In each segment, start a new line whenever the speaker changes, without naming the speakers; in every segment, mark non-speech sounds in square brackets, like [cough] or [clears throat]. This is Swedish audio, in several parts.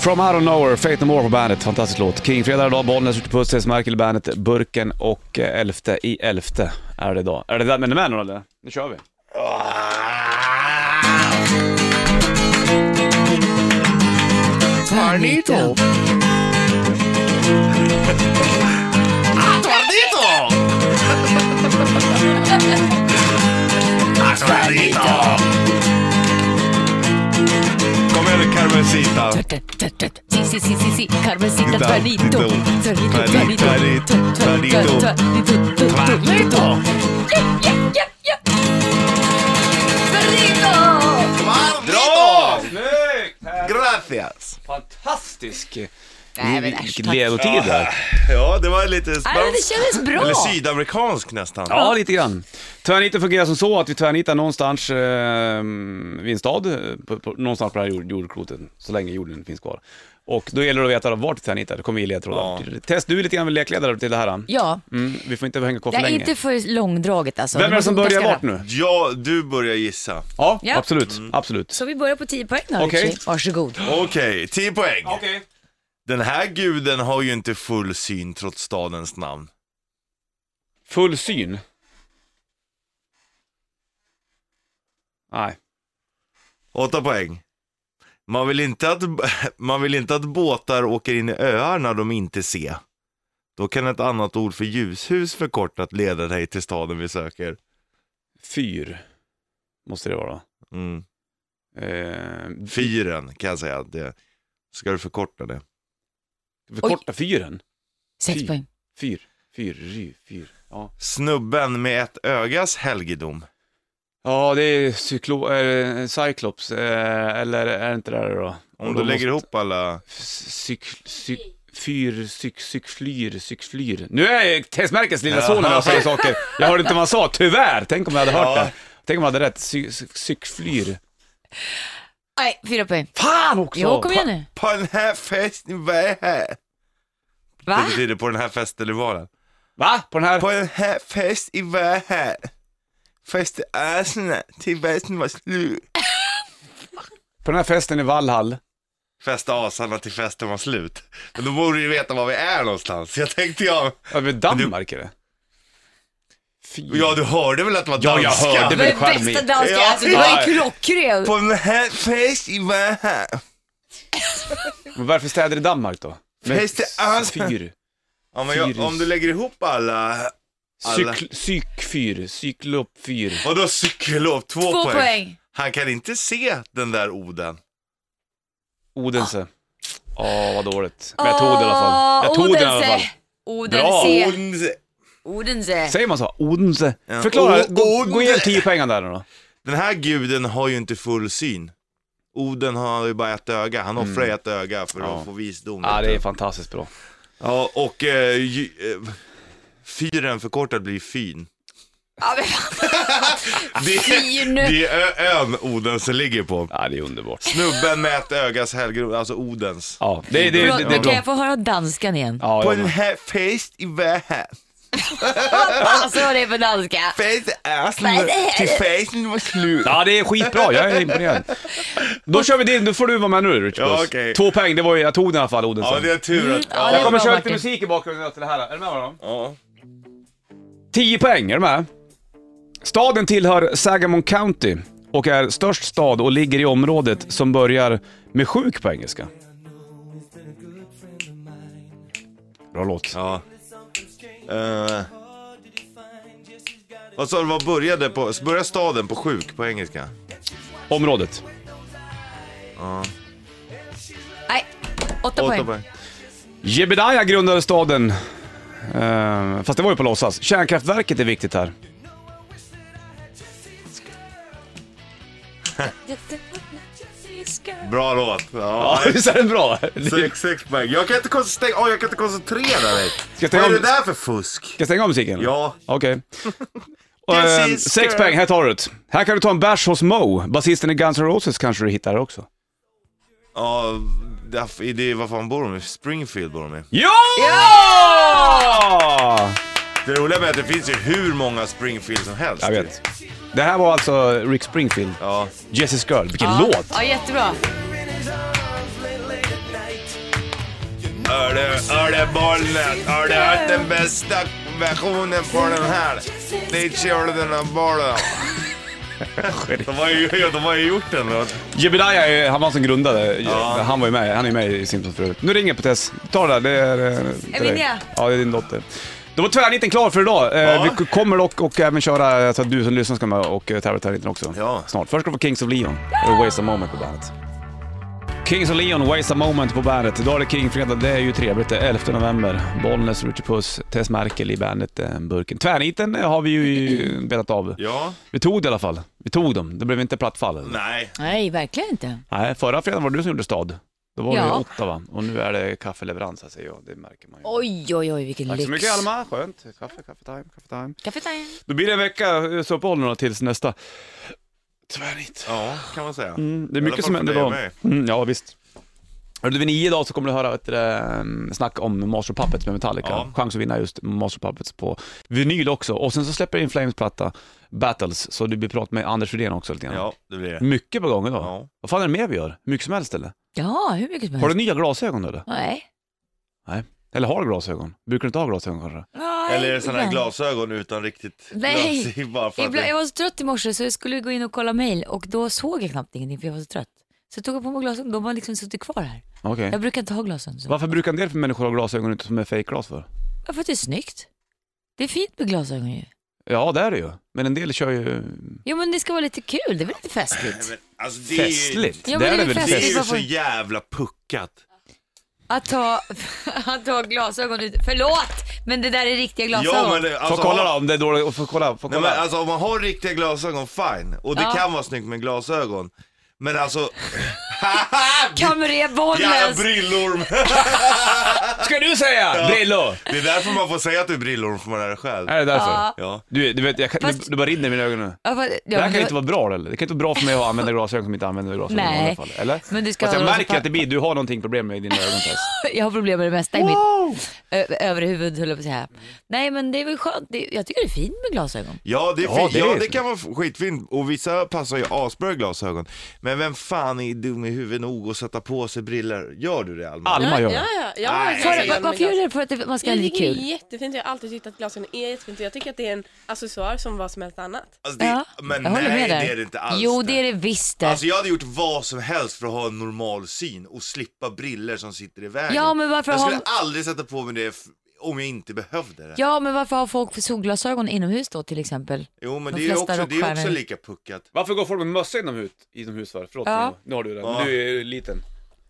From Out of Nowhere, Fate No More på bandet. Fantastisk låt. Kingfredag idag, Bollnäs ute på Puss, Merkel i bandet, Burken och eh, elfte i elfte är det idag. Är det där med männen eller? Nu kör vi.
Tornito! Ah, Tornito! Ah, Tornito! Kom igen Carmencita.
Sí, sí, sí, sí, sí. Carmencita
Titta,
Tuarito.
titta.
Tuarito,
Tuarito,
Tuarito,
Tuarito.
Tuarito, Tuarito, Tuarito.
Tornito!
Yeah, yeah, yeah, yeah. Tuarito!
Bra!
Snyggt!
Gracias!
Fantastisk!
Nej, men äsch,
Vilken
tack.
levotid där.
Ja, det var lite
Nej, men det
spansk.
kändes bra.
Eller sydamerikansk nästan.
Ja, lite grann. Tvärniten fungerar som så att vi tvärnitar någonstans eh, vid en stad, eh, på, på, någonstans på det här jord, jordklotet, så länge jorden finns kvar. Och då gäller det att veta vart vi tvärnitar, då kommer vi ge ledtrådar. Tess, du är lite grann lekledare till det här. Mm,
Ja,
vi får inte hänga kvar för
jag är
länge.
inte för långdraget alltså.
Vem är det som
Jag
börjar
ska-
vart nu?
Ja, du börjar gissa.
Ja,
Ja.
absolut.
Mm.
absolut.
Så vi börjar på 10 poäng då,
Okej.
Richie. Varsågod.
Okej, 10 poäng. Den här guden har ju inte full syn trots stadens namn.
Full syn. Nej.
8 poäng. Man vill, inte att, [laughs] man vill inte att båtar åker in i öar när de inte ser. Då kan ett annat ord för ljushus förkortat leda dig till staden vi söker.
Fyr. Måste det vara.
Mm.
Eh,
Fyren kan jag säga. Det. Ska du förkorta det?
förkorta fyren.
6
Fy.
poäng.
Fyr. Fyr. Ry. Fyr. Ja.
Snubben med ett ögas helgedom.
Ja, det är cyklo, eh, Cyclops, eh, eller är det inte det då?
Om du lägger ihop alla...
Cyk, cyk, fyr, cyk, cykflyr, cykflyr. Nu är jag Tess Merkels lilla son när
Ja.
jag säger saker. Jag hörde inte vad han sa, tyvärr. Tänk om jag hade hört
Ja.
det. Tänk om jag hade rätt. Cy, cy- cykflyr.
Nej, 4 poäng.
Fan också!
Jo, kom igen nu.
På den här festen, vad är här?
Va?
Det betyder på den här festivalen.
Va? På den här?
På den här fest i världen. Fest i Asien till festen var slut.
På den här festen i Valhall.
Festa asarna till festen var slut. Men då borde du ju veta var vi är någonstans. Jag tänkte jag...
Över Danmark är det. Fy.
Ja, du hörde väl att det var
Ja,
danska?
jag hörde
Det
väl.
är
Charmigt.
bästa danska,
Ja.
alltså du var ju klockren.
På den här fest i världen.
Men varför städer i Danmark då? Med
Fest i
s-
Asien.
Fyr.
Ja, men jag, om du lägger ihop alla... alla.
Cykl, cykfyr. Cyklopfyr.
Vadå cykelov? Två,
2
poäng.
poäng.
Han kan inte se den där oden.
Odense.
Ah.
Åh, vad dåligt. Men jag tog den i alla fall. Jag
Åh,
tog den i alla
Ah, Odense.
fall.
Odense.
Bra.
Odense.
Odense.
Säger man så? Odense?
Ja.
Förklara,
O-
gå, gå
Odense.
igen 10 poängen där nu då.
Den här guden har ju inte full syn. Oden har ju bara ett öga, han offrar ju ett öga för
Mm. Ja.
att få visdom.
Ja, det är
vet du.
fantastiskt bra.
ja och eh, ju, eh, fyren förkortad blir fyn.
Ja, men fan.
Det är,
Fyn.
det är ö- ön Odense ligger på.
Ja, det är underbart.
Snubben med ett ögas helgro, alltså Odens.
Ja, det, det, det,
Förlåt,
det är
men Kan
bra.
jag få höra danskan igen?
Ja,
På
jag
den
med.
här fest i världen.
Alltså vad det är för danska.
Fest är
Vad är det
slut,
här?
till festen var slut.
ja, det är skitbra. Jag är imponerad. Då kör vi din, då får du vara med nu Rich
Ja,
Puss.
okej.
Två poäng, det var ju, jag tog den i alla fall, Odense.
Ja, det är tur att...
ja, det
Jag
är
kommer
bra,
köra lite
Martin.
musik i bakgrunden till det här. Är du med Aron?
Ja.
10 poäng, är du med? Staden tillhör Sagamon County och är störst stad och ligger i området som börjar med sjuk på engelska. Bra låt.
Ja. Eh. Vad sa du, vad började på, började staden på sjuk på engelska?
Området.
Nej, åtta
Åtta
poäng.
poäng.
Jebediah grundade staden, eh, fast det var ju på låtsas. Kärnkraftverket är viktigt här.
Bra låt. Ja. [laughs]
visst är den bra?
Sex, sex poäng. Jag kan inte koncentrera, åh, jag kan inte koncentrera mig.
jag
Vad
ta
är
om-
det där för fusk?
Ska jag stänga av musiken?
Ja.
Okej. Okay.
[laughs] This is
sex
girl.
poäng, här tar du det. Här kan du ta en bash hos Mo. Basisten i Guns N' Roses kanske du hittar också.
Ja, det är- det är, vad fan bor de i? Springfield bor de i.
Ja!
Det roliga med att det finns ju hur många Springfield som helst.
Jag vet. Det här var alltså Rick Springfield,
Ja.
Jessie's Girl. Vilken
Ja.
låt!
Ja, jättebra.
Är det, är det Bollnäs? Har du hört den bästa versionen på den här? Ni körde den här bollen. De har ju, de har ju gjort den. va?
Jebediah, är- han var han som grundade.
Ja.
Han var ju med. Han är med i Simpsons förut. Nu ringer på Tess. Ta det där. Det är, eh, till dig.
min, ja.
Ja, det är din dotter. Då var tvärniten klar för idag. Eh,
Ja.
Vi kommer dock och även köra, eh, så att du som lyssnar ska med och eh, tävla i tvärniten också.
Ja.
Snart. Först ska vi få Kings of Leon och Waste a Moment på bandet. Kings of Leon, Waste a Moment på bandet. Idag är det Kingfredag, det är ju trevligt. Det är 11 november. Bollnäs, Richie Puss, Tess Merkel i bandet, eh, burken. Tvärniten eh, har vi
[clears throat]
ju betat av.
Ja.
Vi tog det i alla fall. Vi tog dem. Det blev inte plattfall.
Nej.
Nej, verkligen inte.
Nej, förra fredagen var det du som gjorde stad. Då var det
Ja.
Ottawa och nu är det kaffeleverans här säger jag, det märker man ju.
Oj, oj, oj, vilken
Tack
lyx.
så mycket Alma, skönt. Kaffe, kaffetime, kaffetime.
Kaffetime.
Då blir det en vecka så uppehåll nu då tills nästa. Tvärnit.
Ja, kan man säga.
Mm, det är
I
mycket
alla fall
som händer
för dig och
då.
mig.
Mm, ja, visst. Hörru du, vid nio idag så kommer du höra ett äh, snack om Master Puppets med Metallica.
Ja.
Chans att vinna just Master Puppets på vinyl också. Och sen så släpper In Flames platta, Battles, så du blir prata med Anders Rydén också lite grann.
Ja, det blir det.
Mycket på gång idag.
Ja.
Vad fan är det mer vi gör? Mycket som helst eller?
Ja, hur mycket som
Har du
helst.
nya glasögon eller?
Nej.
Eller har glasögon? Brukar du inte ha glasögon kanske?
Nej,
Eller är det sådana här
ibland.
glasögon utan riktigt
Nej.
glas i? [laughs] Bara för att
Ibland,
det...
jag var så trött i morse så jag skulle gå in och kolla mail och då såg jag knappt ingenting för jag var så trött. Så jag tog på mig glasögon, de har liksom suttit kvar här.
Okej.
Jag brukar inte ha glasögon. Så.
Varför brukar en del för människor ha glasögon inte som är fejkglas för?
Ja, för att det är snyggt. Det är fint med glasögon ju.
Ja, det är det ju. Men en del kör ju...
Jo men det ska vara lite kul, det är väl lite festligt?
Men, alltså, det är ju-
Festligt.
Ja, men
det är
det
det
är
väl
Det är
festligt.
ju
Festligt.
så jävla puckat.
Att ta, [laughs] att ta glasögon ut. Förlåt! Men det där är riktiga glasögon.
Ja, men det,
Få
alltså,
kolla då om det är dåligt. Få kolla. Få
Nej,
kolla.
men alltså om man har riktiga glasögon, fine. Och det
Ja.
kan vara snyggt med glasögon. Men
[laughs]
alltså...
Cameré
Jävla
Bollnäs!
brillorm! alltså-
Ska du säga? Brillo!
Det är därför man får säga att du är brillorm, för man är det själv.
Är det därför?
Ja.
Ja.
Du, du vet, jag kan,
Fast-
du, du bara rinner i mina ögon nu.
Ja, vad- ja,
det här
men
kan ju
då-
inte vara bra eller? Det kan inte vara bra för mig att använda glasögon som inte använder glasögon i
Nej.
vanliga fall. Eller?
Men du ska
Fast jag
ha rosa
märker att
papper.
det blir, du har någonting problem med dina ögon Tess.
Jag har problem med det mesta i mitt ö- övre huvud höll jag på att säga. Nej men det är väl skönt, det, jag tycker det är fint med glasögon.
Ja, det, är
Ja,
fint.
det är
ja, det
fint.
kan vara skitfint och vissa passar ju asbra i glasögon. Men vem fan är dum i huvudet nog att sätta på sig briller? Gör du det Alma?
Alma
Ja,
gör det.
ja, ja.
Nej.
jag
För,
ser
va-
igenom
varför gör
glasögon.
du det? För att det, man ska ha
Jag
lite
tycker det är
kul?
jättefint, jag har alltid tyckt att glasögon är jättefint och jag tycker att det är en accessoar som vad som helst annat.
Alltså, det,
Ja,
men
jag håller
nej,
med där.
det är det inte alls.
Jo det är det visst det.
Alltså jag hade gjort vad som helst för att ha en normal syn och slippa briller som sitter i vägen.
Ja, men varför
jag
har-
skulle aldrig sätta på mig det f- om jag inte behövde det.
Ja men varför har folk för solglasögon inomhus då till exempel?
Jo men
De
det är,
flesta
också, det är också
rockstjärnor.
lika puckat.
Varför går folk med mössa inomhus, inomhus för? Förlåt
Ja.
Nino. nu har du den,
Ja.
men du är ju liten.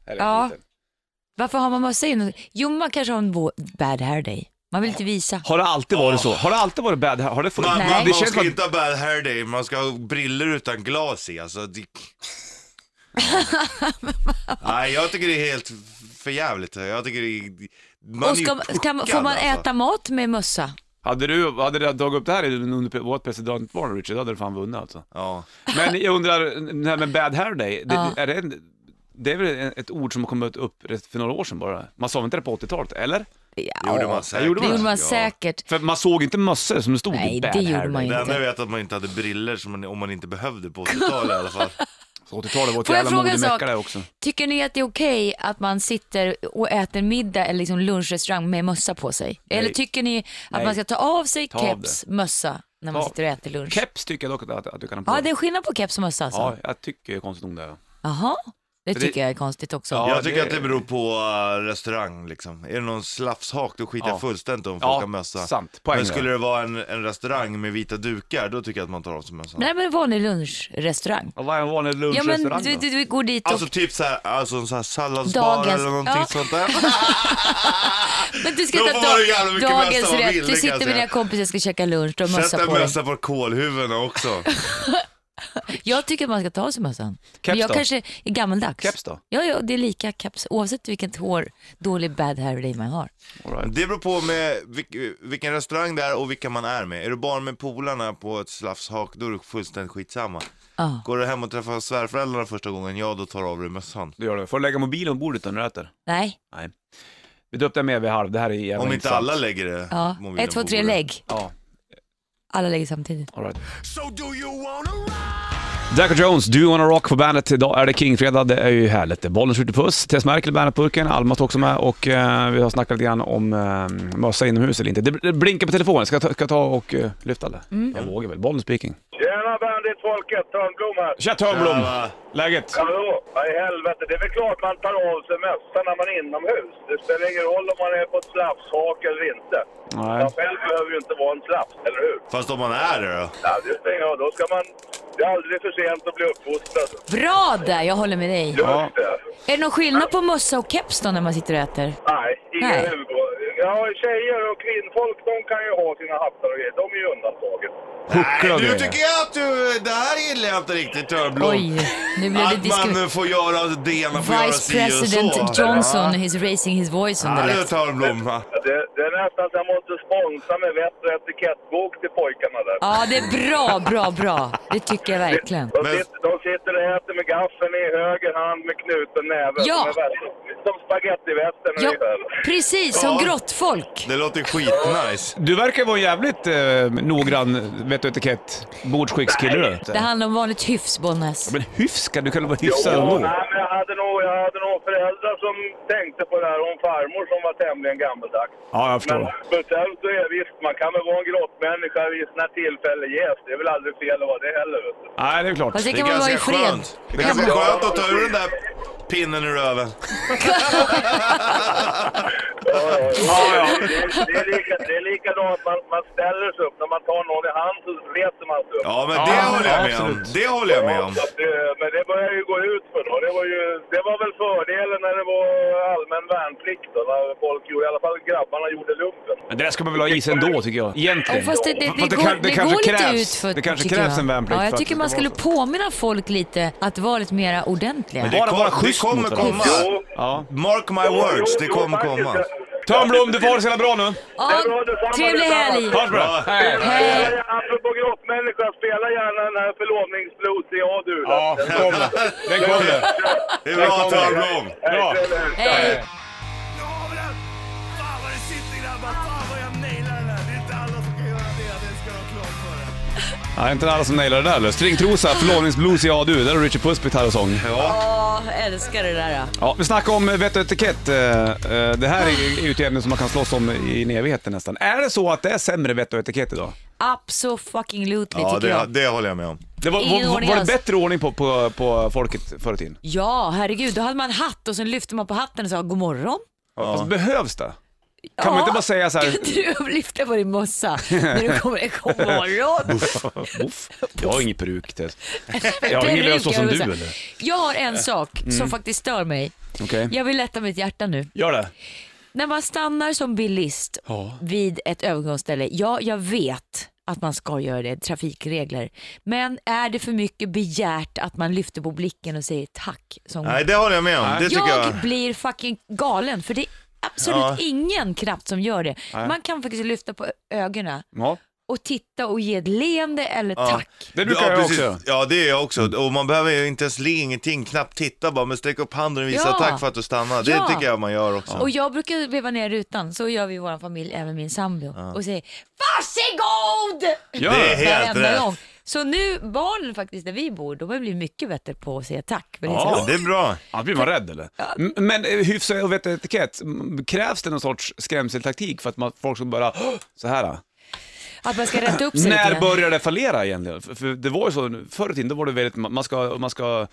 Eller,
Ja.
liten.
Varför har man mössa inomhus? Jo man kanske har en bo- bad hair day. Man vill inte visa.
Har det alltid varit så? Har det alltid varit bad här? Har det funnits?
Man,
Nej.
man,
Det
man
känns
ska
som att
inte ha bad hair day, man ska ha briller utan glas i.
[laughs]
Alltså, det... Nej, jag tycker det är helt för jävligt. Jag tycker det är... Man
Och ska,
är ju
kan, man- får
puckad,
man
alltså.
äta mat med mössa?
Hade du, hade du tagit upp det här under vårt presidentval Richard, då hade du fan vunnit alltså.
Ja.
Men jag undrar, det här med bad hair day, det,
Ja.
är det, en, det är väl en- ett ord som har kommit upp rätt för några år sedan bara? Man sa väl inte det på 80-talet, eller?
Ja,
Gjorde man säkert.
gjorde
det gjorde man
Ja.
säkert.
För man såg inte mössor som det stod
Nej,
bad
det gjorde
hair
man
day.
ju.
Det enda jag vet är att man inte hade briller som man, om man inte behövde på 80-talet i alla fall.
Så 80-talet var ett
Får jag
jävla
fråga en
modemecka
sak?
där också.
Tycker ni att det är okej att man sitter och äter middag eller liksom lunchrestaurang med mössa på sig? Eller tycker ni att
Nej.
man ska ta av sig
Ta av
keps, mössa när man
Ta-
sitter och äter lunch?
Keps tycker jag dock att, att, att du kan ha på
Ja,
dig.
det är skillnad på keps och mössa alltså?
Ja, jag tycker ju konstigt nog det. ja.
Jaha, det
Det-
tycker jag är konstigt också.
Ja,
jag tycker
det-
att det beror på äh, restaurang liksom. Är det någon slafshak då skiter
Ja.
jag fullständigt om folk
Ja,
har mössa.
sant. Poäng
Men
där.
skulle det vara en, en restaurang med vita dukar då tycker jag att man tar av sig mössan.
Nej men vanlig lunchrestaurang.
Vad är en vanlig
Ja men
lunchrestaurang
du,
då?
du, du går dit och...
Alltså typ så här, alltså en sån här salladsbar
Dagens-
eller någonting
ja. [laughs]
sånt där.
men du ska
då
ta
får du jävla mycket mössa
dagens
man
rätt. Du
vill, det kan jag
sitter med
säga.
dina kompisar och ska käka lunch, du har mössa
Sätt en
på dig.
mössa på kålhuvudena också.
Jag tycker att man ska ta av sig mössan.
Keps
men jag
då?
kanske är gammaldags.
Keps då?
Ja, ja, det är lika keps oavsett vilket hår, dålig bad hair day man har.
All right.
Det beror på med vilk- vilken restaurang det är och vilka man är med. Är du bara med polarna på ett slafshak då är det fullständigt skitsamma.
Ja.
Går du hem och träffar svärföräldrarna första gången, ja då tar du av dig mössan.
Du gör det. Får du lägga mobilen på bordet när du äter?
Nej,
Nej. Vi döpte med vid halv, det här är jävla
Om inte
intressant.
alla lägger det.
ja.
mobilen
ett, två,
på
tre,
bordet.
lägg.
Ja,
Alla lägger samtidigt.
all right.
So do you wanna ride?
Daco Jones, Do You Wanna Rock på bandet. Idag är det Kingfredag, det är ju härligt. Bollen skjuter puss, Tess Merkel, bandetburken, Alma tog också med och eh, vi har snackat lite grann om eh, mössa inomhus eller inte. Det, det blinkar på telefonen, ska jag ta, ska jag ta och eh, lyfta det?
Mm.
Jag vågar väl. Bollen speaking.
Tjena banditfolket, Törnblom här.
Tja Törnblom! Läget?
Hallå, vad i helvete. Det är väl klart man tar av sig mössan när man är inomhus. Det spelar ingen roll om man är på ett slafshak eller inte.
Nej.
Man själv behöver ju inte vara en slaps, eller hur?
Fast om man är det då?
Ja, det spelar ingen roll. Då ska man... Det är aldrig för sent att bli uppfostrad.
Bra där, jag håller med dig.
Ja.
Är det någon skillnad på mössa och keps då när man sitter och äter?
Nej, ingen
Nej.
huvudgård. Ja, tjejer och kvinnfolk, de kan ju ha sina hattar och grejer. De är ju undantaget.
Huckla
Nej,
och
nu
grejer.
tycker jag att du... Det här gillar jag inte riktigt, Törnblom.
Oj, nu blev det
Att
diskussion.
man får göra det ena, får göra
Vice
si och så.
President Johnson is raising his voice
Ja,
under
det är
lätt.
Törnblom. va?
Det, det är nästan så jag måste sponsra med vett och etikettbok till pojkarna där.
Ja, det är bra, bra, bra. Det tycker jag verkligen.
De,
Men-
sitter, de sitter och äter med gaffeln i höger hand med knuten näve.
Ja.
Som, är värst- som spagettivästern
Ja,
ungefär.
precis som
Ja.
grottfolk.
Det låter skitnice.
Du verkar vara en jävligt eh, noggrann vett och etikett bordsskickskille du.
Det handlar om vanligt hyfs, Bollnäs.
Men hyfsad, du kan väl vara
Jo,
hyfsad ändå?
nej, men jag, hade nog, jag hade nog föräldrar som tänkte på det här och en farmor som var tämligen gammeldags.
Ja,
Men
jag förstår.
speciellt så är visst, man kan väl vara en grottmänniska vid sådana tillfällen ges. Det är väl aldrig fel att vara det heller. Vet du.
Nej, det är klart.
Fast det
Det är
kan man vara i
ganska
fred.
skönt. Det är ganska skönt att ta ur den där pinnen ur röven.
Ja, ja, ja. Det, är- det, är lika, det är likadant, man, man ställer sig upp. När man tar någon i hand så reser man sig upp.
Ja, men det
Ja,
håller jag med om.
absolut.
Det håller jag med om.
Så att, eh, Men det börjar ju gå ut för då. Det var, ju, det var väl fördelen när det var allmän värnplikt då, när folk gjorde, i alla fall grabbarna gjorde lumpen.
Men det där ska man väl ha is ändå tycker jag. Egentligen.
Ja, fast det, det, det,
Fast
går,
kan-
det,
kanske
går lite
krävs-
ut för,
Det kanske
tycker
krävs
jag.
en värnplikt
Ja,
för
jag
att
tycker
det
man
ska
skulle
vara
påminna folk lite att vara lite mera ordentliga.
Men det,
Bara
kom,
vara
det
schysst mot
kommer
varandra.
komma.
Jo.
Ja.
Mark my words, det
Jo, jo,
kommer
faktiskt.
komma.
Törnblom, du får ha det så jävla bra nu.
Ja,
Det var detsamma,
trevlig
detsamma.
helg!
Hörs bra. Hej.
Hej!
Spela gärna, Eh, apropå grottmänniska, spela gärna den här förlovningsblues i A-dur.
Ja, den kommer. Den kommer.
Det är bra
kommer.
Törnblom.
Bra.
Hej!
Nu har vi den! Fan vad det sitter grabbar! Fan vad jag nailar den här! Det är inte alla som kan göra det, det ska de ha klart för er.
Nej, inte alla som nailar det där Lös. Stringtrosa, förlovningsblues i A-dur. Där har Richard Puss på gitarr och sång.
Åh, älskar det där. då.
Ja, vi snackar om vett och etikett. Eh, eh, Det här är ju- är ju ett ämne som man kan slåss om i en evighet nästan. Är det så att det är sämre vett och etikett idag?
Absolutely,
Ja,
tycker
det,
jag.
det håller jag med om.
Det var,
Ingen
var, var,
ordning
var det
alls.
bättre ordning på, på, på folket förr i tiden?
Ja, herregud. Då hade man hatt och sen lyfte man på hatten och sa god morgon.
Fast behövs det? Kan man inte bara säga
[laughs]
så här-
Kan inte du lyfta på din mössa när du kommer? God
[laughs]
morgon!
Uff. Jag har ingen
[laughs]
peruk Tess. Jag har
Det
ingen lös så
ryker,
som
jag vill
du
säga.
eller? Mm.
Jag har en sak som faktiskt stör mig.
Okej.
Jag vill lätta mitt hjärta nu.
Gör det.
När man stannar som bilist
Ja.
vid ett övergångsställe, ja jag vet att man ska göra det, trafikregler. Men är det för mycket begärt att man lyfter på blicken och säger tack? Som
Nej, det håller jag med om. Det tycker
jag,
jag.
blir fucking galen för det är absolut
Ja.
ingen knappt som gör det. Man kan faktiskt lyfta på ö- ögonen
Ja.
och titta och ge ett leende eller tack.
Det brukar jag
precis.
också.
Ja, det är jag också. Och man behöver ju inte ens le ingenting, knappt titta bara, men sträck upp handen och visa
Ja.
tack för att du stannade. Det
Ja.
tycker jag man gör också.
Och jag brukar veva ner rutan, så gör vi i vår familj, även min sambo, och säger varsågod!
Gör
Det
det.
är helt
Varenda
rätt.
gång. Så nu, barnen faktiskt där vi bor, de har blivit mycket bättre på att säga tack. För det är så
Ja,
här,
det är bra.
Ja, blir man rädd eller? M- Men eh, hyfs och vett och etikett, m- krävs det någon sorts skrämseltaktik för att man, folk ska bara "Åh!" så här? då?
Att man ska rätta upp sig lite
När
grann.
börjar det fallera egentligen? För, för det var ju så, förr i tiden då var det väldigt, ma- man ska, man ska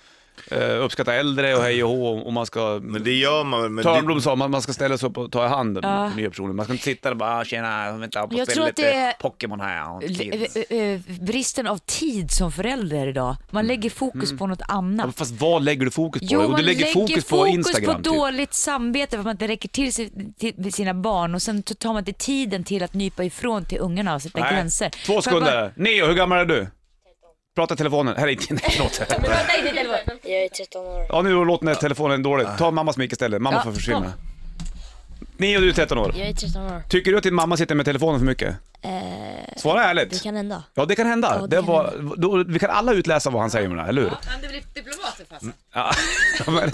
eh, uppskatta äldre och hej och hå och man ska...
Men det gör man väl. men
Törnblom
det-
sa man, man ska ställa sig upp och ta i hand
Ja.
med nya personer. Man ska inte sitta där och bara "Ah, “tjena, vänta, på
Jag
spelet
tror att
lite
det är-
Pokémon här”.
L- eh, eh, Bristen av tid som förälder idag.
Mm.
Man lägger fokus på något
Ja,
annat.
fast vad lägger du fokus på?
Jo,
du
man
lägger fokus på Instagram
på
typ.
dåligt samvete för att man inte räcker till, sig, till sina barn och sen tar man inte tiden till att nypa ifrån till ungarna och sätta
Nej.
gränser. Får
Två
jag
sekunder.
bara-
Neo, hur gammal är du? Prata i telefonen. Här är inte, [laughs] nej förlåt.
Jag är 13 år.
Ja nu låter den här telefonen dålig. Ta mammas mick istället, mamma
Ja,
får försvinna. Neo, du är 13 år.
Jag är 13 år.
Tycker du att din mamma sitter med telefonen för mycket? Svara
Eh, Det
ärligt.
kan hända.
Ja det kan hända.
Ja, det
det
kan
var, då, vi kan alla utläsa vad han säger med det här, eller hur?
Men du blev diplomat i farsan.
Ja. men-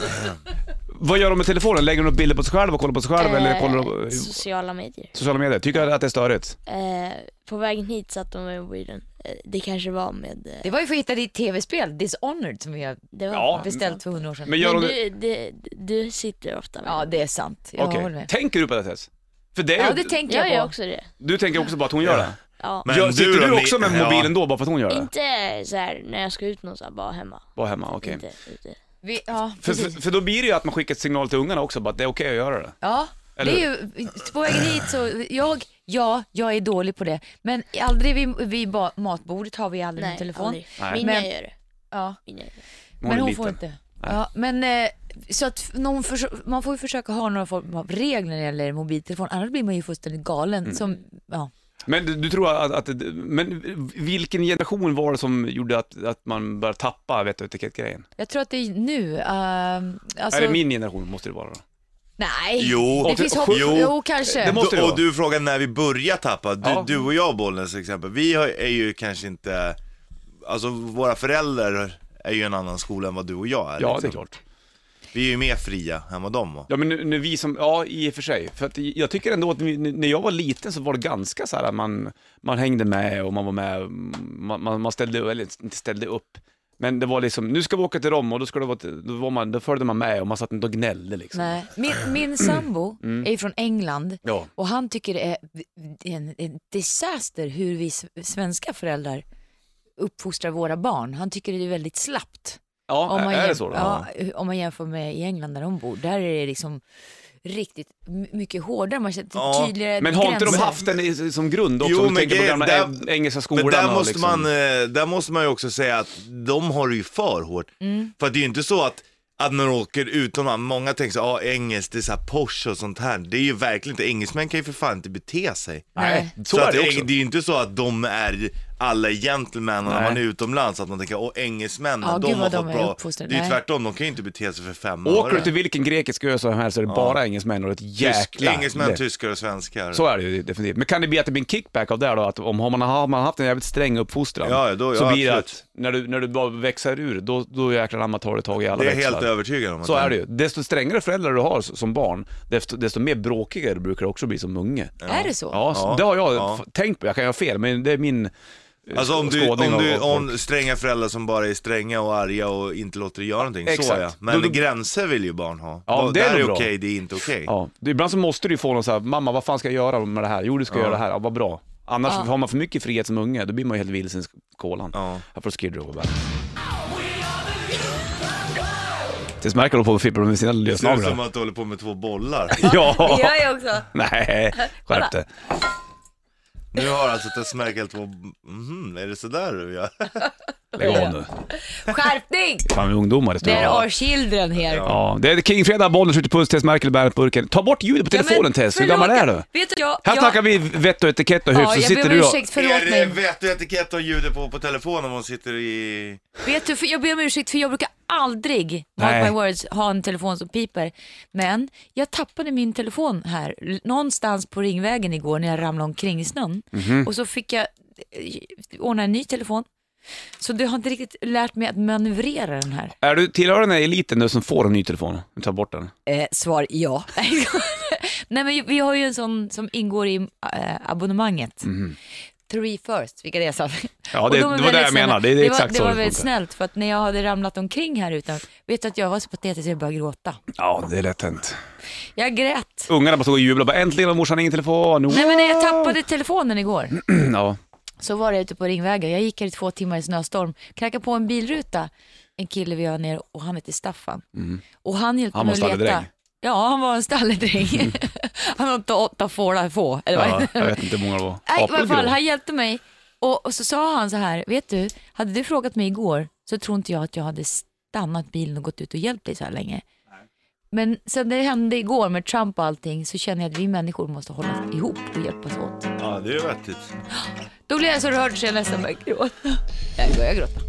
Vad gör de med telefonen? Lägger de upp bilder på sig själva och kollar på sig själva eller kollar de
Eh, Sociala medier.
sociala medier? Tycker att det är störigt?
Eh, på vägen hit satt de med mobilen. Eh, det kanske var med... Eh,
Det var ju för att hitta ditt tv-spel, Dishonored, som vi har
det var
Ja,
beställt för hundra år sedan.
Men gör de
Men
det...
du, du, du sitter ofta med
Ja,
den.
det är sant. Jag
Okej.
håller med.
Tänker du på det Tess? För det är
Ja,
ju...
det tänker
Jag
jag,
gör
på.
också det.
Du tänker också bara att hon gör det?
Ja.
Men
Gör, sitter
då,
du
Mi-
också med
Ja.
mobilen då bara för att hon gör det?
Inte så här när jag ska ut någonstans, bara hemma.
Bara hemma, okej.
Inte ute.
Vi, ja,
För,
precis.
för, för då blir det ju att man skickar ett signal till ungarna också bara att det är okej att göra det.
Ja,
Eller
det är ju, på vägen hit så, jag, ja, jag är dålig på det. Men aldrig vid, vid ba- matbordet har vi aldrig en telefon.
aldrig.
Nej.
Minja
Men-
gör det.
Ja,
Minja gör det.
Hon
men
är
hon
liten.
får inte. Ja, men eh, så att någon förs- man får ju försöka ha några form av regler när det gäller mobiltelefon, annars blir man ju fullständigt galen.
Mm.
Som, ja.
Men du, du tror att, att, men vilken generation var det som gjorde att, att man började tappa vett och etikettgrejen?
Jag tror att det är nu, ehm, alltså,
Är det min generation måste det vara då?
nej,
Jo.
det finns hopp,
Jo.
jo, kanske.
Det må- måste det vara.
och du frågar när vi börjar tappa. Du,
Ja.
du och jag bollen till exempel. Vi har, är ju kanske inte, alltså våra föräldrar är ju en annan skola än vad du och jag är.
Ja, det
liksom.
är klart.
Vi är ju mer fria än vad de var.
Ja, men nu, nu vi som, ja i och för sig. För att jag tycker ändå att vi, när jag var liten så var det ganska så här att man, man hängde med och man var med, man, man, man ställde, eller inte ställde upp. Men det var liksom, nu ska vi åka till Rom och då, skulle det vara, till- då, var man, då följde man med och man satt inte och gnällde liksom.
Nej. Min,
[clears throat]
min sambo är ju från England
Mm. Ja.
och han tycker det är en, en disaster hur vi s- svenska föräldrar uppfostrar våra barn. Han tycker det är väldigt slappt.
Ja, är, är
jäm-
det så då?
Ja, om man jämför med i England där de bor. Där är det liksom riktigt m- mycket hårdare, man känner
Ja,
tydligare
Men har inte de
gränser.
haft den i, som grund också?
Jo,
Om du
men
tänker på
grejen-
gamla
där-
eng- engelska skolan
Men där
och
måste,
liksom.
man, eh, där måste man ju också säga att de har det ju för hårt.
Mm.
För att det är ju inte så att, att när de åker utomlands, många tänker så ja ah, engelskt, det är så här Porsche och sånt här. Det är ju verkligen inte, engelsmän kan ju för fan inte bete sig.
Nej, så,
Så,
är
att
det
det,
också.
är ju inte så att de är alla gentlemen när
Nej.
man är utomlands, att man tänker åh engelsmännen,
Ja,
de
gud
har
vad de
fått
är
bra.
uppfostrade.
Det är ju
Nej.
tvärtom, de kan ju inte bete sig för fem
Åker du
öre.
till vilken grekisk ö som helst så är det bara engelsmän och ett
Tysk,
jäkla...
engelsmän,
det-
tyskar och svenskar.
Så är det ju definitivt. Men kan det bli att det blir en kickback av det här då? Att om har man, har man haft en jävligt sträng uppfostran
Ja, ja, då-
så
ja,
blir det
absolut.
att när du, när du bara växer ur, då, då jäklar anamma tar du tag i alla
det är jag
växlar.
helt övertygad om. att
Så är det ju. Desto strängare föräldrar du har s- som barn, desto, desto mer bråkigare brukar det också bli som unge.
Är det så?
Ja,
Ja,
så det har jag
ja.
f- tänkt på. Jag kan ju ha fel, men det är min eh,
Alltså om du,
skådning
om du
av- av
om stränga föräldrar som bara är stränga och arga och inte låter dig göra någonting, så
Exakt.
ja. Men
Då- då-
gränser vill ju barn ha.
Ja,
Vad-
det är
där
nog
är
bra.
okej, det är inte okej.
Ja, det- ibland så måste du ju få någon så här, mamma vad fan ska jag göra med det här? Jo du ska göra det här, ja, vad bra. Annars har man för mycket frihet som unge, då blir man ju helt vilsen i kolan.
Ja.
Här får du Skid Row på bandet. Tills Merkel håller på och fipplar med sina
Det ser ut
lösnaglar.
som att du håller på med två bollar.
Ja,
Det gör jag också.
nej, skärp dig.
nu har alltså Tess Merkel två... Mhm, är det sådär du gör?
Lägg av nu.
Skärpning!
Fan vi är ungdomar
There
i studion.
are children here.
Ja, det är Kingfredag, bollen skjuter puss, Tess Merkel i bandet-burken. Ta bort ljudet på
Ja, men
telefonen Tess, hur gammal är
förlåt,
du?
Vet du, jag,
Här
jag,
snackar vi vett och etikett och hyfs,
ja,
så
jag
sitter
ber
du
om
och...
ursäkt, förlåt
är det
mig.
vett och etikett och ljudet på på telefonen om hon sitter i...
Vet du, för jag ber om ursäkt för jag brukar aldrig,
Nej.
mark my words, ha en telefon som piper. Men jag tappade min telefon här, l- någonstans på Ringvägen igår när jag ramlade omkring i snön. Och så fick jag eh, ordna en ny telefon. Så du har inte riktigt lärt mig att manövrera den här.
Är du tillhör den här eliten nu som får en ny telefon? Du tar bort den.
Eh, svar ja. [laughs] Nej men vi har ju en sån som ingår i eh, abonnemanget. Three first, vilka det är så.
Mhm. Ja,
Och
det-
de är
det var det jag
väldigt snälla.
menar. Det är
var,
exakt
det
så
var
det
väldigt
funkar.
snällt för att när jag hade ramlat omkring här utan, vet du att jag var så patetisk att jag började gråta.
Ja, det är lätt hänt.
Jag grät.
Ungarna bara stod och jublade bara äntligen har morsan ingen telefon.
Nej men när jag tappade telefonen igår
[clears throat] Ja.
så var det ute på Ringvägen. Jag gick här i två timmar i snöstorm, knackade på en bilruta. En kille vi har ner och han heter Staffan. Och han hjälpte
Mm. Han
mig
var
att leta.
stalledräng. Mm.
Ja, han var en stalledräng. [laughs] han har inte åtta fårar få. Eller vad
ja,
heter det?
jag vet inte hur många det var.
Nej, i varje
Apelgrå.
fall, han hjälpte mig. Och, och så sa han så här, vet du, hade du frågat mig igår så tror inte jag att jag hade stannat bilen och gått ut och hjälpt dig så här länge. Men sen det hände igår med Trump och allting så känner jag att vi människor måste hålla ihop och hjälpas åt.
Ja, det är typ vettigt.
Då blev jag så rörd så jag nästan började gråta. Jag började gråta.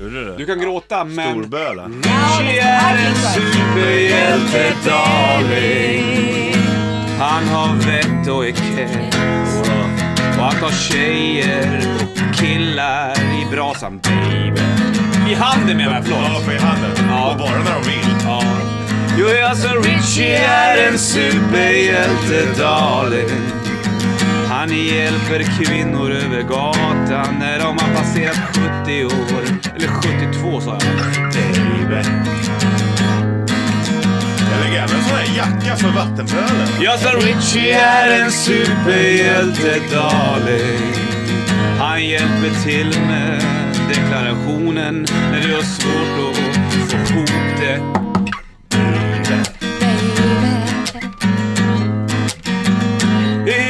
Gjorde du det?
Du kan gråta men...
Storböla.
Mm.
Avicii är en superhjälte darling Han har vett och är kett Och han tar tjejer och killar i brasan baby I handen menar jag,
Ja,
förlåt.
för i handen.
Ja.
Och bara när de vill.
Ja. Jo, jag sa Richie är en superhjälte, darling. Han hjälper kvinnor över gatan när de har passerat 70 år. Eller 72 sa jag.
Baby. Jag lägger även en sån här jacka för vattenpölen.
Jag sa Richie är en superhjälte, darling. Han hjälper till med deklarationen när du har svårt att få ihop det.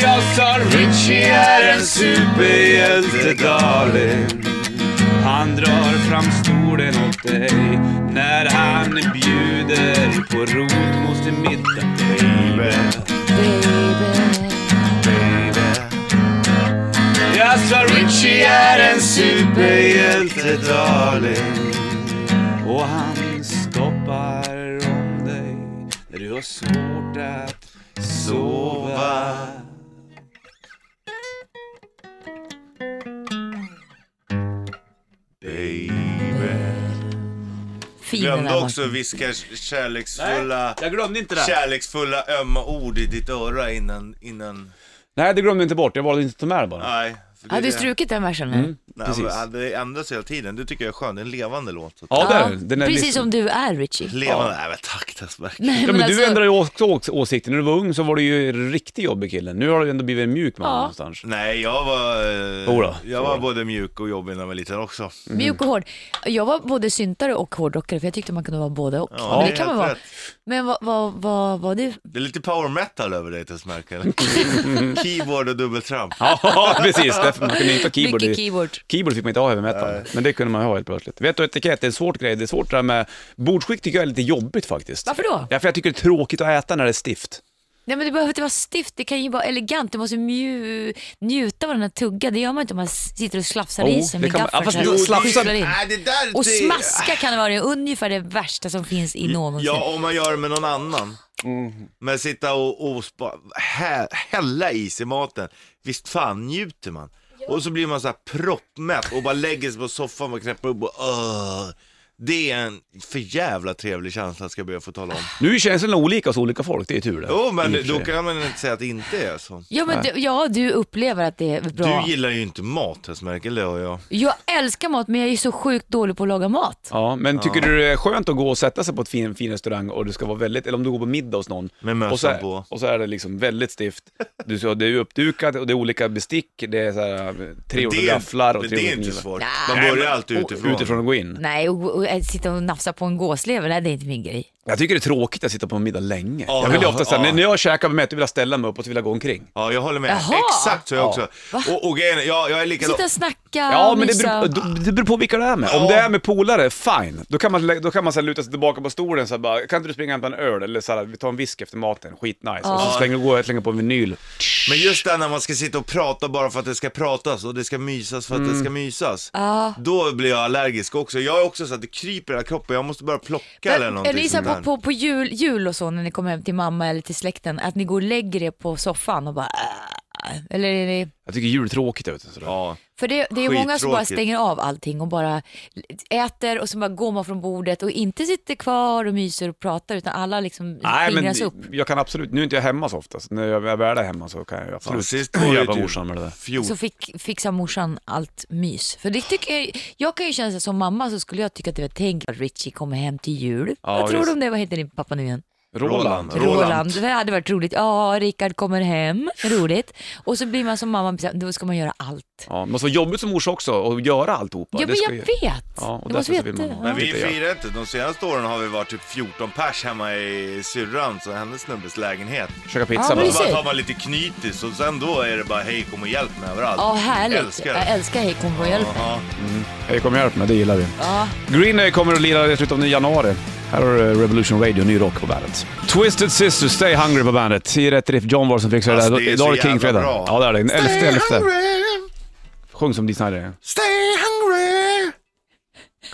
Jag sa Richie är en superhjälte, darling. Han drar fram stolen åt dig när han bjuder på rotmos till middag. Jag sa Richie är en superhjälte, darling. Och han stoppar om dig när du har svårt att sova.
Fin den
Glömde
där
också
Martin.
viska kärleksfulla,
jag glömde inte
kärleksfulla ömma ord i ditt öra innan... innan
Nej, det glömde jag inte bort. Jag valde inte att ta med det bara.
nej. för det-
Har du strukit den versen nu?
Mm.
Nej,
Precis.
men, ja, det ändras hela tiden. Du tycker jag är skön. Det är en levande låt. Så.
Ja, där. Den är
Precis
liksom-
som du är Richie.
Levande? Nej men tack Tessberg.
Nej,
Ja, men
alltså,
Du ändrade ju också ås- åsikter. När du var ung så var du ju en riktigt jobbig kille. Nu har du ändå blivit en mjuk man
Ja.
någonstans.
Nej, jag var, eh,
Jo då,
jag
så
var
då.
både mjuk och jobbig när jag var liten också.
Mjuk och hård. Jag var både syntare och hårdrockare för jag tyckte man kunde vara både och.
Ja,
men det
helt
kan man vara.
rätt.
Men vad, vad, vad, vad du?
Det är lite power metal över dig Tessmark, [laughs] eller? Keyboard och dubbeltramp.
Ja, [laughs] precis. Därför man kunde inte ha keyboard.
Mycket
i-
keyboard.
Keyboard fick man inte ha heavy metal, men det kunde man ha helt plötsligt. Vett och etikett, det är en svårt grej. Det är svårt det här med... Bordsskick tycker jag är lite jobbigt faktiskt.
Varför då?
Ja, för jag tycker det är tråkigt att äta när det är stift.
Nej men det behöver inte vara stift, det kan ju vara elegant. Du måste mju- njuta av den här tuggan. Det gör man inte om man sitter och slafsar
Jo,
i sig
det
med
kan man- ja,
gaffeln.
fast
så här
jo,
och
slafsa-
skyfflar in.
Nej, det där, typ-
Och
det-
smaska kan det vara, det är ungefär det värsta som finns i någonsin.
Ja, om man gör det med någon annan.
Mm.
Men sitta och, och spa, hä, hälla is i maten, visst fan njuter man? Och så blir man så här proppmätt och bara lägger sig på soffan och knäpper upp och öh. Det är en för jävla trevlig känsla ska jag be att få tala om.
Nu är känslorna olika hos olika folk, det är tur det.
Jo
I och
men
för
då
sig.
kan man inte säga att det inte är så.
Ja, men du, ja, du upplever att det är bra.
Du gillar ju inte mat Tessmerkel, det har jag.
Jag älskar mat men jag är så sjukt dålig på att laga mat.
Ja, men tycker du det är skönt att gå och sätta sig på ett fin, fin restaurang och du ska vara väldigt, eller om du går på middag hos någon.
Med mössan
och så, är-
på.
Och så är det liksom väldigt stift. Du, så, det är uppdukat och det är olika bestick, det är så här, eh, tre olika gafflar och
men
tre
det är
olika
inte
knivar.
svårt.
Nej.
Man
Nej,
börjar
men-
alltid
och-
utifrån.
Utifrån att gå in.
Nej, och, och, och sitta och nafsa på en gåslever, nej det är inte min grej.
Jag tycker det är tråkigt att sitta på en middag länge.
Ja,
jag vill ju
ja,
ofta säga,
ja.
när jag käkar med mig, vill jag ställa mig upp och så vill jag gå omkring.
Ja, jag håller med.
Jaha.
Exakt så jag också. Och, och grejen, är- ja, jag är likadan.
Sitta och snacka
Ja,
och
men det
mysa.
beror, då- det beror på vilka det är med. Om
Ja.
det är med polare, fine. Då kan man, lä- då kan man så här luta sig tillbaka på stolen så här, bara, kan inte du springa och hämta en öl? Eller så här, vi tar en whisky efter maten, skitnice. Och så slänger du gå och slänger på en vinyl.
Men just det här när man ska sitta och prata bara för att det ska pratas och det ska mysas för att
Mm.
det ska mysas. Då blir jag allergisk också. Jag är också så att det kryper i hela kroppen, jag måste börja plocka eller
Men, är
någonting
ni så
sånt
här
där.
på, på, på jul, jul och så när ni kommer hem till mamma eller till släkten, att ni går och lägger er på soffan och bara "Ah." eller är det,
Jag tycker jul är tråkigt. Vet du, sådär.
Ja.
För det, det är många som bara
Skittråkigt.
stänger av allting och bara äter och så bara går man från bordet och inte sitter kvar och myser och pratar utan alla liksom
Nej, men
fingras upp.
jag kan absolut, nu är inte jag hemma så ofta, så när jag är väl är hemma så kan jag
Fan,
absolut
sist var det typ
hjälpa
ju
morsan med det där.
fjol.
Så fick, fixar morsan allt mys. För det tycker jag, jag kan ju känna så här, som mamma så skulle jag tycka att det var tänk att Richie kommer hem till jul.
Ja,
Vad tror du
visst.
om det? Vad heter din pappa nu igen?
Roland.
Roland.
Roland. Det hade varit roligt. Ja, Rickard kommer hem. Roligt. Och så blir man som mamma, bestämd, då ska man göra allt.
Ja, det måste vara jobbigt som morsa också och göra alltihopa.
Ja,
Det
men
ska
jag
ju-
vet.
Ja, och
du måste
därför så vill
veta.
man-
ja.
Men vi
Inte jag.
firar inte, de senaste åren har vi varit typ 14 pers hemma i syrran, så hennes snubbes lägenhet.
Käka
Ja,
pizza bara.
Och så
precis.
bara tar man lite knytis och sen då är det bara hej kom och hjälp mig överallt.
Ja, härligt.
Älskar
Jag
det.
älskar Hej kom och hjälp.
Ja.
Hej kom och hjälp mig, det gillar vi.
Ja.
Green Day kommer att lira i slutet av januari. Här har du eh, Revolution Radio, ny rock på bandet. Twisted Sisters, Stay Hungry på bandet. I rätt riff, John var som fick säga det.
Alltså,
där.
det är
Idag
så
är det
jävla
King-fredag.
bra.
Ja, det är det. Den elfte, elfte. Sjung som Dee Snider.
Stay hungry!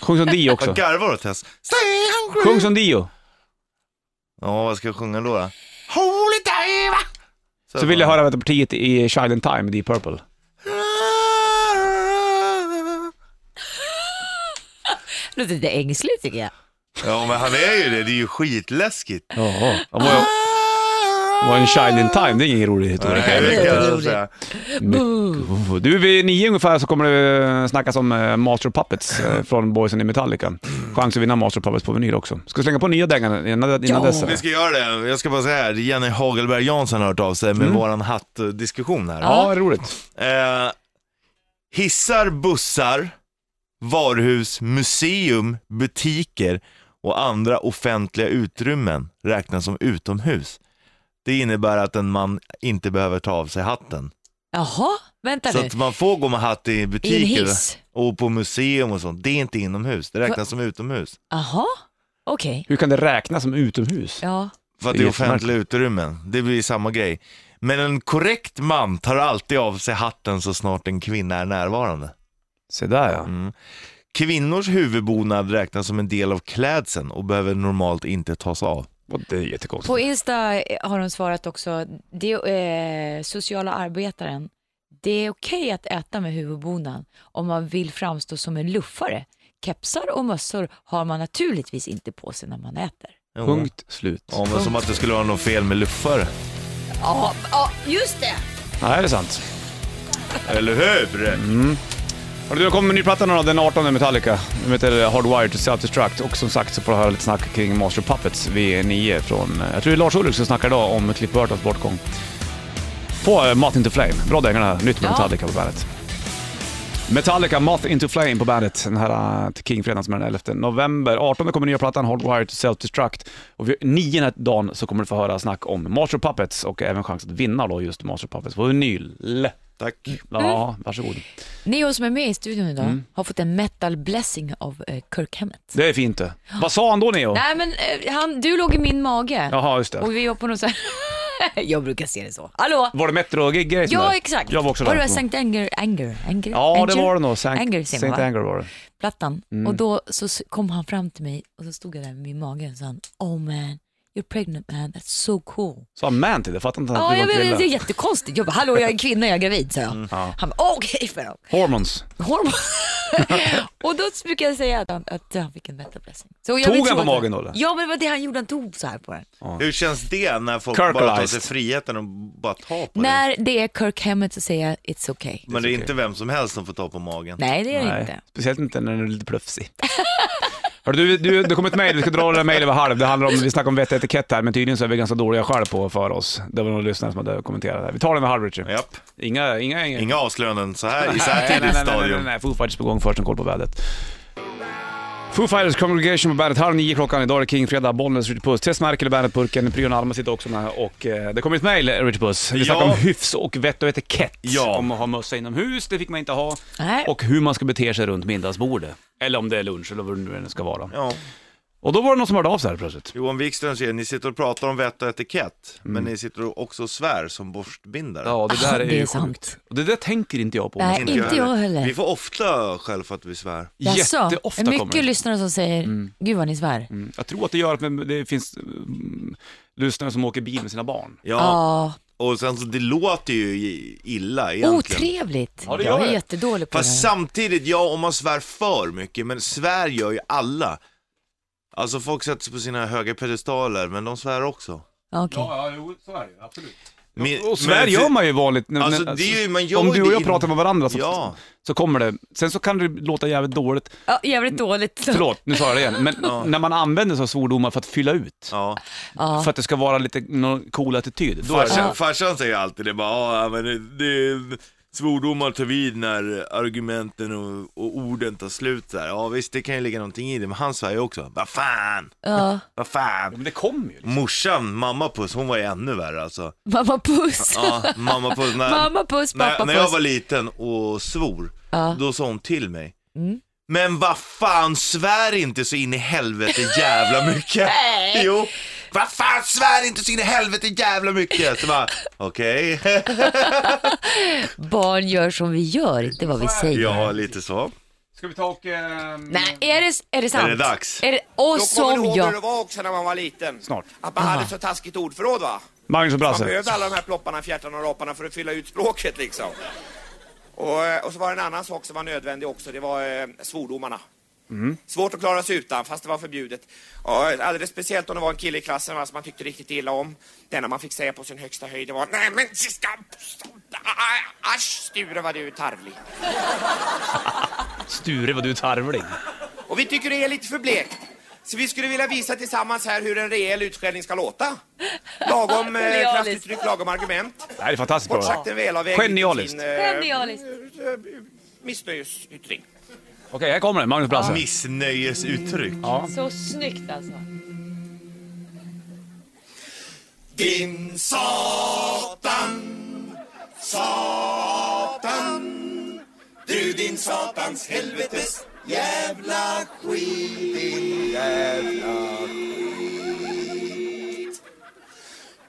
Sjung som Dio
[laughs]
också.
Vad garvar du Tess? Stay hungry!
Sjung som Dio.
Ja, vad ska jag sjunga då? då? Holy Diva!
Så vill jag höra partiet i Child in Time, Deep Purple.
Låter lite ängsligt tycker jag.
Ja, men han är ju det. Det är ju skitläskigt.
Jaha. Han var, ju- var en child in time, det är ingen rolig historia.
Nej, det kan jag säga.
Mycket. Du, vid nio ungefär så kommer det snackas om eh, Master of Puppets eh, från Boysen i Metallica. Chans att vinna Master of Puppets på vinyl också. Ska du slänga på nya dängan innan, innan dess?
Vi
eller?
ska göra det. Jag ska bara säga här, Jenny Hagelberg Jansson har hört av sig med våran hattdiskussion här.
Ja, det är roligt.
Eh, hissar, bussar, varuhus, museum, butiker och andra offentliga utrymmen räknas som utomhus. Det innebär att en man inte behöver ta av sig hatten.
Jaha, vänta
Så
nu.
att man får gå med hatt i
I en
butiker
hiss?
och på museum och sånt. Det är inte inomhus, det räknas som utomhus.
Jaha, okej.
Hur kan det räknas som utomhus?
Ja.
För att
Det
det
är
är offentliga utrymmen. Det blir samma grej. Men en korrekt man tar alltid av sig hatten så snart en kvinna är närvarande.
Se där ja.
Kvinnors huvudbonad räknas som en del av klädseln och behöver normalt inte tas av.
Och det är jättekonstigt.
På Insta eh, har de svarat också, det, eh, sociala arbetaren, det är okej att äta med huvudbonan om man vill framstå som en luffare. Kepsar och mössor har man naturligtvis inte på sig när man äter.
Jo.
Punkt slut.
Ja, men som att det skulle vara något fel med luffare.
Ja, ja just det!
Nej, det är sant.
Eller hur?
Har du kommit med ny platta nu då, den 18 Metallica. Den heter Hardwired to Self-Destruct och som sagt så får du höra lite snack kring Master of Puppets V9 från, eh, jag tror det är Lars Ulrik som snackar idag om Cliff Burtons bortgång. På eh, Moth Into Flame, bra dänga här. nytt med
Ja.
Metallica på bandet. Metallica, Moth Into Flame på bandet. Den här eh, till King-fredagen som är den 11 november. 18 kommer nya plattan Hardwired to Self-Destruct. Och vid 9 den här dagen så kommer du få höra snack om Master of Puppets och även chans att vinna då just Master of Puppets på vinyl.
Tack.
Ja, varsågod.
Neo som är med i studion idag
Mm.
har fått en metal blessing av eh, Kirk Hammett.
Det är fint det. Vad sa han då Neo?
Nej men eh, han, du låg i min mage
Jaha, just det.
och vi var på något så här... [laughs] Jag brukar se det så. Hallå?
Var det Metro och Gigge? som
Ja
där?
exakt.
Jag var också
Var
där.
det Sankt Anger, Anger, Anger?
Ja, det
Anger?
var det nog. Sankt
Anger
Anger,
säger man, va?
Anger var det.
plattan.
Mm.
Och då så s- kom han fram till mig och så stod jag där med min mage och sa han, Oh man, you're pregnant man, that's so cool.
Sa han man till det? Fattar inte att
Ja,
du
jag
var Mm.
vet, det är
kvinna.
jättekonstigt. Jag bara, hallå jag är kvinna, jag är gravid, sa jag. Han bara, "Åh, okej för då.
Hormons.
Hormon- [laughs] och då brukar jag säga att han, att han fick en mental blessing. Så jag
Tog
vill
han
tro
på
att
magen då, eller?
Ja, men det var det han gjorde, han tog så här på den.
Hur känns det när folk bara tar sig
Kirkalized.
friheten och bara tar på det?
När det är Kirk Hammett så säger jag, it's okay.
Men det är inte vem som helst som får ta på magen.
Nej, det är det
Nej,
inte.
speciellt inte när du är lite plufsig. [laughs] Hörru, du, du, det kom ett mejl, vi ska dra det där mejlet vid halv. Det handlar om, vi snackar om vett och etikett här, men tydligen så är vi ganska dåliga själv på för oss. Det var någon lyssnare som hade kommenterat det här. Vi tar den vid halv, Richard.
Japp.
Inga, inga, inga.
Inga avslöjanden så här i så här
Nej, nej, nej,
tidigt
nej, nej, nej,
stadium.
nej. Foo Fighters på gång först, en koll på vädret. Foo Fighters Congregation på bandet, halv nio klockan. Idag är det King-fredag, Bollnäs, Ritchie Puss. Tess Merkel i bandetburken, Pryon Alma sitter också med och eh, det kommer ett mejl, Ritchie Puss. Vi snackar
Ja.
om hyfs och vett och etikett.
Ja.
Om att ha mössa inomhus, det fick man inte ha.
Nej.
Och hur man ska bete sig runt middagsbordet. Eller om det är lunch eller vad det nu än ska vara.
Ja.
Och då var det någon som hörde av sig här plötsligt.
Johan Wikström säger, ni sitter och pratar om vett och etikett, men ni sitter och också och svär som borstbindare.
Mm. Ja, det
Ah,
där är
det är
ju
sant.
sjukt. Och det där tänker inte jag på.
Nej. inte jag heller.
Vi får ofta skäll för att vi svär.
Jaså,
Jätteofta
mycket
kommer det.
lyssnare som säger, gud vad ni svär.
Mm. Jag tror att det gör att men det finns mm, lyssnare som åker bil med sina barn.
Ja,
Ja,
och sen så det låter ju i- illa egentligen.
otrevligt.
Ja, det gör
jag är
det.
jättedålig på
Fast
det. här.
samtidigt, ja om man svär för mycket, men svär gör ju alla. Alltså folk sätter sig på sina höga pedestaler, men de svär också.
Ja, okej.
ja, jo, så är det absolut.
Men-
Och svär
men-
gör man ju vanligt. när-
Alltså,
när-
det är ju- man gör
om du
det
och jag
in-
pratar med varandra så,
Ja.
så kommer det. Sen så kan det låta jävligt dåligt.
Ja, jävligt dåligt. [laughs]
Förlåt, nu sa jag det igen. Men när man använder sig av svordomar för att fylla ut.
Ja.
För att det ska vara lite någon cool attityd. Då är det,
Farsan, farsan säger alltid det bara, ja men det, det, svordomar tar vid när argumenten och, och orden tar slut där. Ja visst, det kan ju ligga någonting i det, men han svär ju också, vad fan,
Ja.
vad fan.
men det kommer ju.
Morsan, mamma puss, hon var ju ännu värre alltså.
Mamma puss.
Ja, mamma puss. När,
Mamma puss,
när,
pappa
När jag
puss.
var liten och svor,
Ja. Mm.
då sa hon till mig. Men vad fan, svär inte så in i helvete
[laughs]
jävla mycket. jo. Vad fan, svär inte så in i helvete jävla mycket. Så bara,
[laughs]
okej.
Barn gör som vi gör, inte vad vi säger.
Ja, lite så.
Ska vi ta och...
Nej, är det, är det sant?
Är det dags?
Är det, och
Då kommer
som
du ihåg hur det
jag...
var också när man var liten?
Snart.
Att man hade så taskigt ordförråd va?
Magnus och
Man
Brasse.
behövde alla de här plopparna, fjärtarna och raparna för att fylla ut språket liksom. Och, eh, och så var det en annan sak som var nödvändig också, det var eh, svordomarna. Svårt att klara sig utan, fast det var förbjudet. Ja, alldeles speciellt om det var en kille i klassen va, som man tyckte riktigt illa om. Det enda man fick säga på sin högsta höjd var Nej men ska... Asch Sture vad du är tarvlig.
Sture vad du är tarvlig.
Och vi tycker det är lite för blekt. Så vi skulle vilja visa tillsammans här hur en rejäl utskällning ska låta. Lagom eh,
Genialiskt.
kraftuttryck, lagom argument.
Det här är fantastiskt
Kort
bra.
sagt en välavvägd...
Genialiskt.
liten fin, eh,
Genialiskt.
Missnöjesyttring.
Okej, här kommer den. Magnus Brasse.
Missnöjesuttryck.
Så snyggt alltså.
Din satan, satan, du din satans helvetes jävla skit, din jävla skit.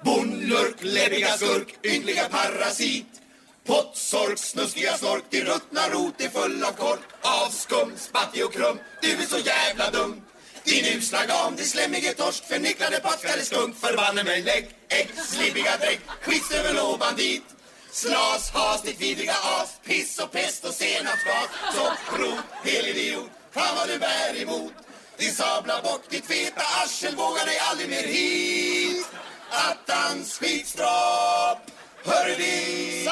Bondlurk, läbbiga skurk, ynkliga parasit, pottsork, snuskiga snork, din ruttna rot är full av kork, avskum, spattig och krum, du är så jävla dum. Din usla gam, din slemmige torsk, förnicklade packade skunk, förbanne mig lägg, ägg, slibbiga dräkt, skitstövel och bandit. Slas, has, ditt vidriga as, piss och pest och senapsgas, sopprot, helidiot, fan vad du bär emot. Din sabla bock, ditt feta arsel, vågar dig aldrig mer hit. Attans skitstrap, hör dit.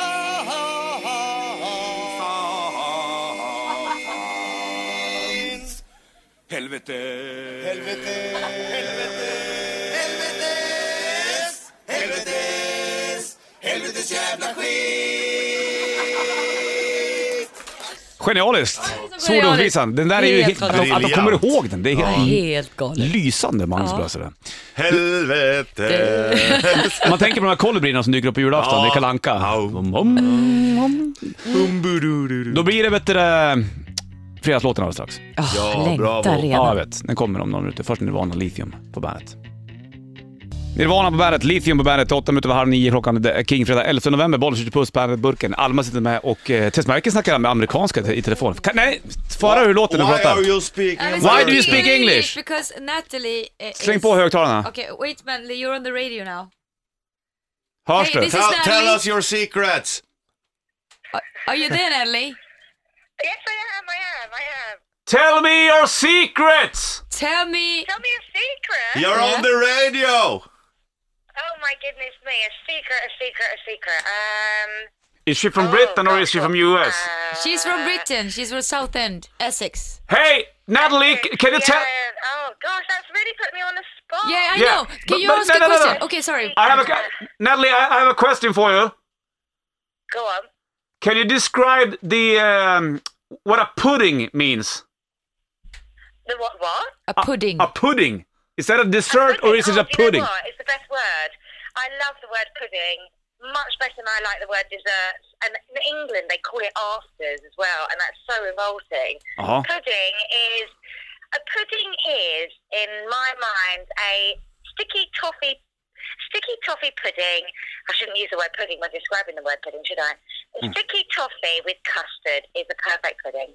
Helvete. Helvete. Helvete. Helvetes. Helvetes. Helvetes jävla skit.
Genialiskt!
så
Svordomsvisan. Den där är ju
Helt
helt... Att de, att de
briljant.
kommer ihåg den, det är helt
Helt galet.
lysande Magnus
Ja.
Brasse. det.
Helvete.
Om man tänker på de här kolibrierna som dyker upp på julafton,
Ja.
det är Kalle Anka.
Ja.
Om, om. Då blir det bättre... Fredagslåten alldeles strax.
Oh,
Ja,
längtar
bravo.
Ja, jag
redan.
vet. Den kommer om några minuter. Först Nirvana Lithium på bandet. Nirvana på bandet, Lithium på bandet, 8 minuter över halv nio klockan, det är King fredag 11 november, Bollnäs puss, bandet-burken. Alma sitter med och eh, Tess Merkel snackar med amerikanska te- i telefon. Kan, nej, fara hur låter när du
Why
pratar.
are you speaking
I was
Why
American?
do you speak
speaking
English?
Because Natalie eh,
Släng
is-
på högtalarna.
Okay, wait Manley, you're on the radio now.
Hörs
Hey,
du?
this is-
Tell, tell
Natalie.
us your secrets.
Are you there Nelly?
Yes, I am. I am. I am.
Tell me your secrets!
Tell me...
Tell me a secret.
You're on the radio.
Oh my goodness me! A secret, a secret, a secret. Um.
Is she from
oh,
Britain or
gosh,
is she from
what-
US?
uh,
She's from Britain. She's from Southend, Essex.
Hey, Natalie, c- can you
yeah,
tell...
Oh gosh, that's really put me on the spot.
Yeah, I
Yeah,
know. Can
but-
you
but-
ask
no,
a
no, no, Uh, no.
question? Okay, sorry.
I have a... Natalie, I, I have a question for you.
Go on.
Can you describe the... Um, what a pudding means?
The what? What?
A
uh,
pudding.
A pudding? Is that a dessert or is it a
Oh, do you
pudding?
know what? It's the best word. I love the word pudding. Much better than I like the word dessert. And in England, they call it afters as well, and that's so revolting.
Jaha.
Pudding is a pudding is in my mind a sticky toffee. Sticky toffee pudding. I shouldn't use the word pudding when describing the word pudding, should I? A
Hmm.
Sticky toffee with custard is a perfect pudding.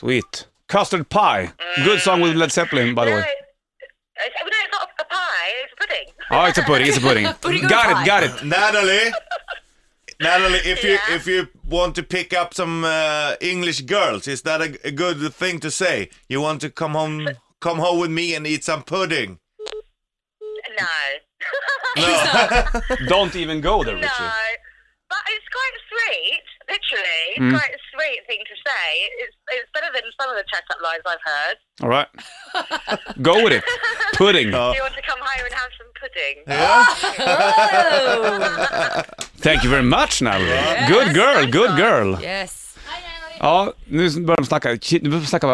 Sweet. Custard pie. Good song with Led Zeppelin, by the
No,
way.
it's, it's- no, it's not a pie. It's a pudding.
Oh, it's a pudding, it's a pudding.
Pudding or
got
pie?
it, got it.
Natalie. Natalie, if you
Yeah.
if you want to pick up some uh, English girls, is that a, a good thing to say? You want to come home come home with me and eat some pudding?
No.
Don't even go there, Richie.
[laughs] no. But it's quite sweet, literally. It's quite a sweet thing to say. It's, it's better than some of the chat-up lines I've heard.
All right. Go with it. Pudding.
Do you want to come home and have some pudding?
Thank you very much, Natalie. Good girl, good girl.
Yes.
Ja, nu börjar de snacka. Shit, nu börjar de snacka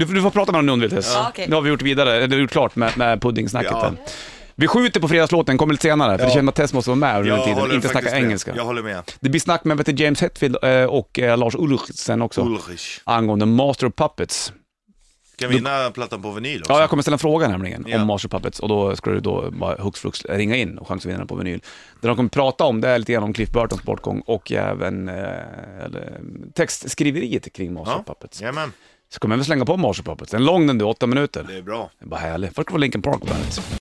du, får- du får prata med honom nu om du vill Tess.
Ja, okej.
Nu har vi gjort vidare, eller gjort klart med, med puddingsnacket.
Ja.
där. Vi skjuter på fredagslåten, kommer lite senare, för det
Ja.
känns som att Tess måste vara med under den tiden,
håller
inte snacka
faktiskt med.
engelska.
Jag håller med.
Det blir snack med vet du, James Hetfield eh, och eh, Lars Ulrich sen också,
Ulrich.
angående Master of Puppets.
Kan vi vinna plattan på vinyl också?
Ja, jag kommer ställa en fråga nämligen
Ja.
om Master of Puppets och då ska du då bara hux flux ringa in och chans att vinna den på vinyl. Det de kommer prata om det är lite grann om Cliff Burtons bortgång och även eh, eller, textskriveriet kring Master of Puppets.
Jajamän,
Så kommer jag väl slänga på Master of Puppets, en lång den du, åtta minuter.
det är bra.
Det är bara härligt. Först ska vi få Linkin Park på bandet.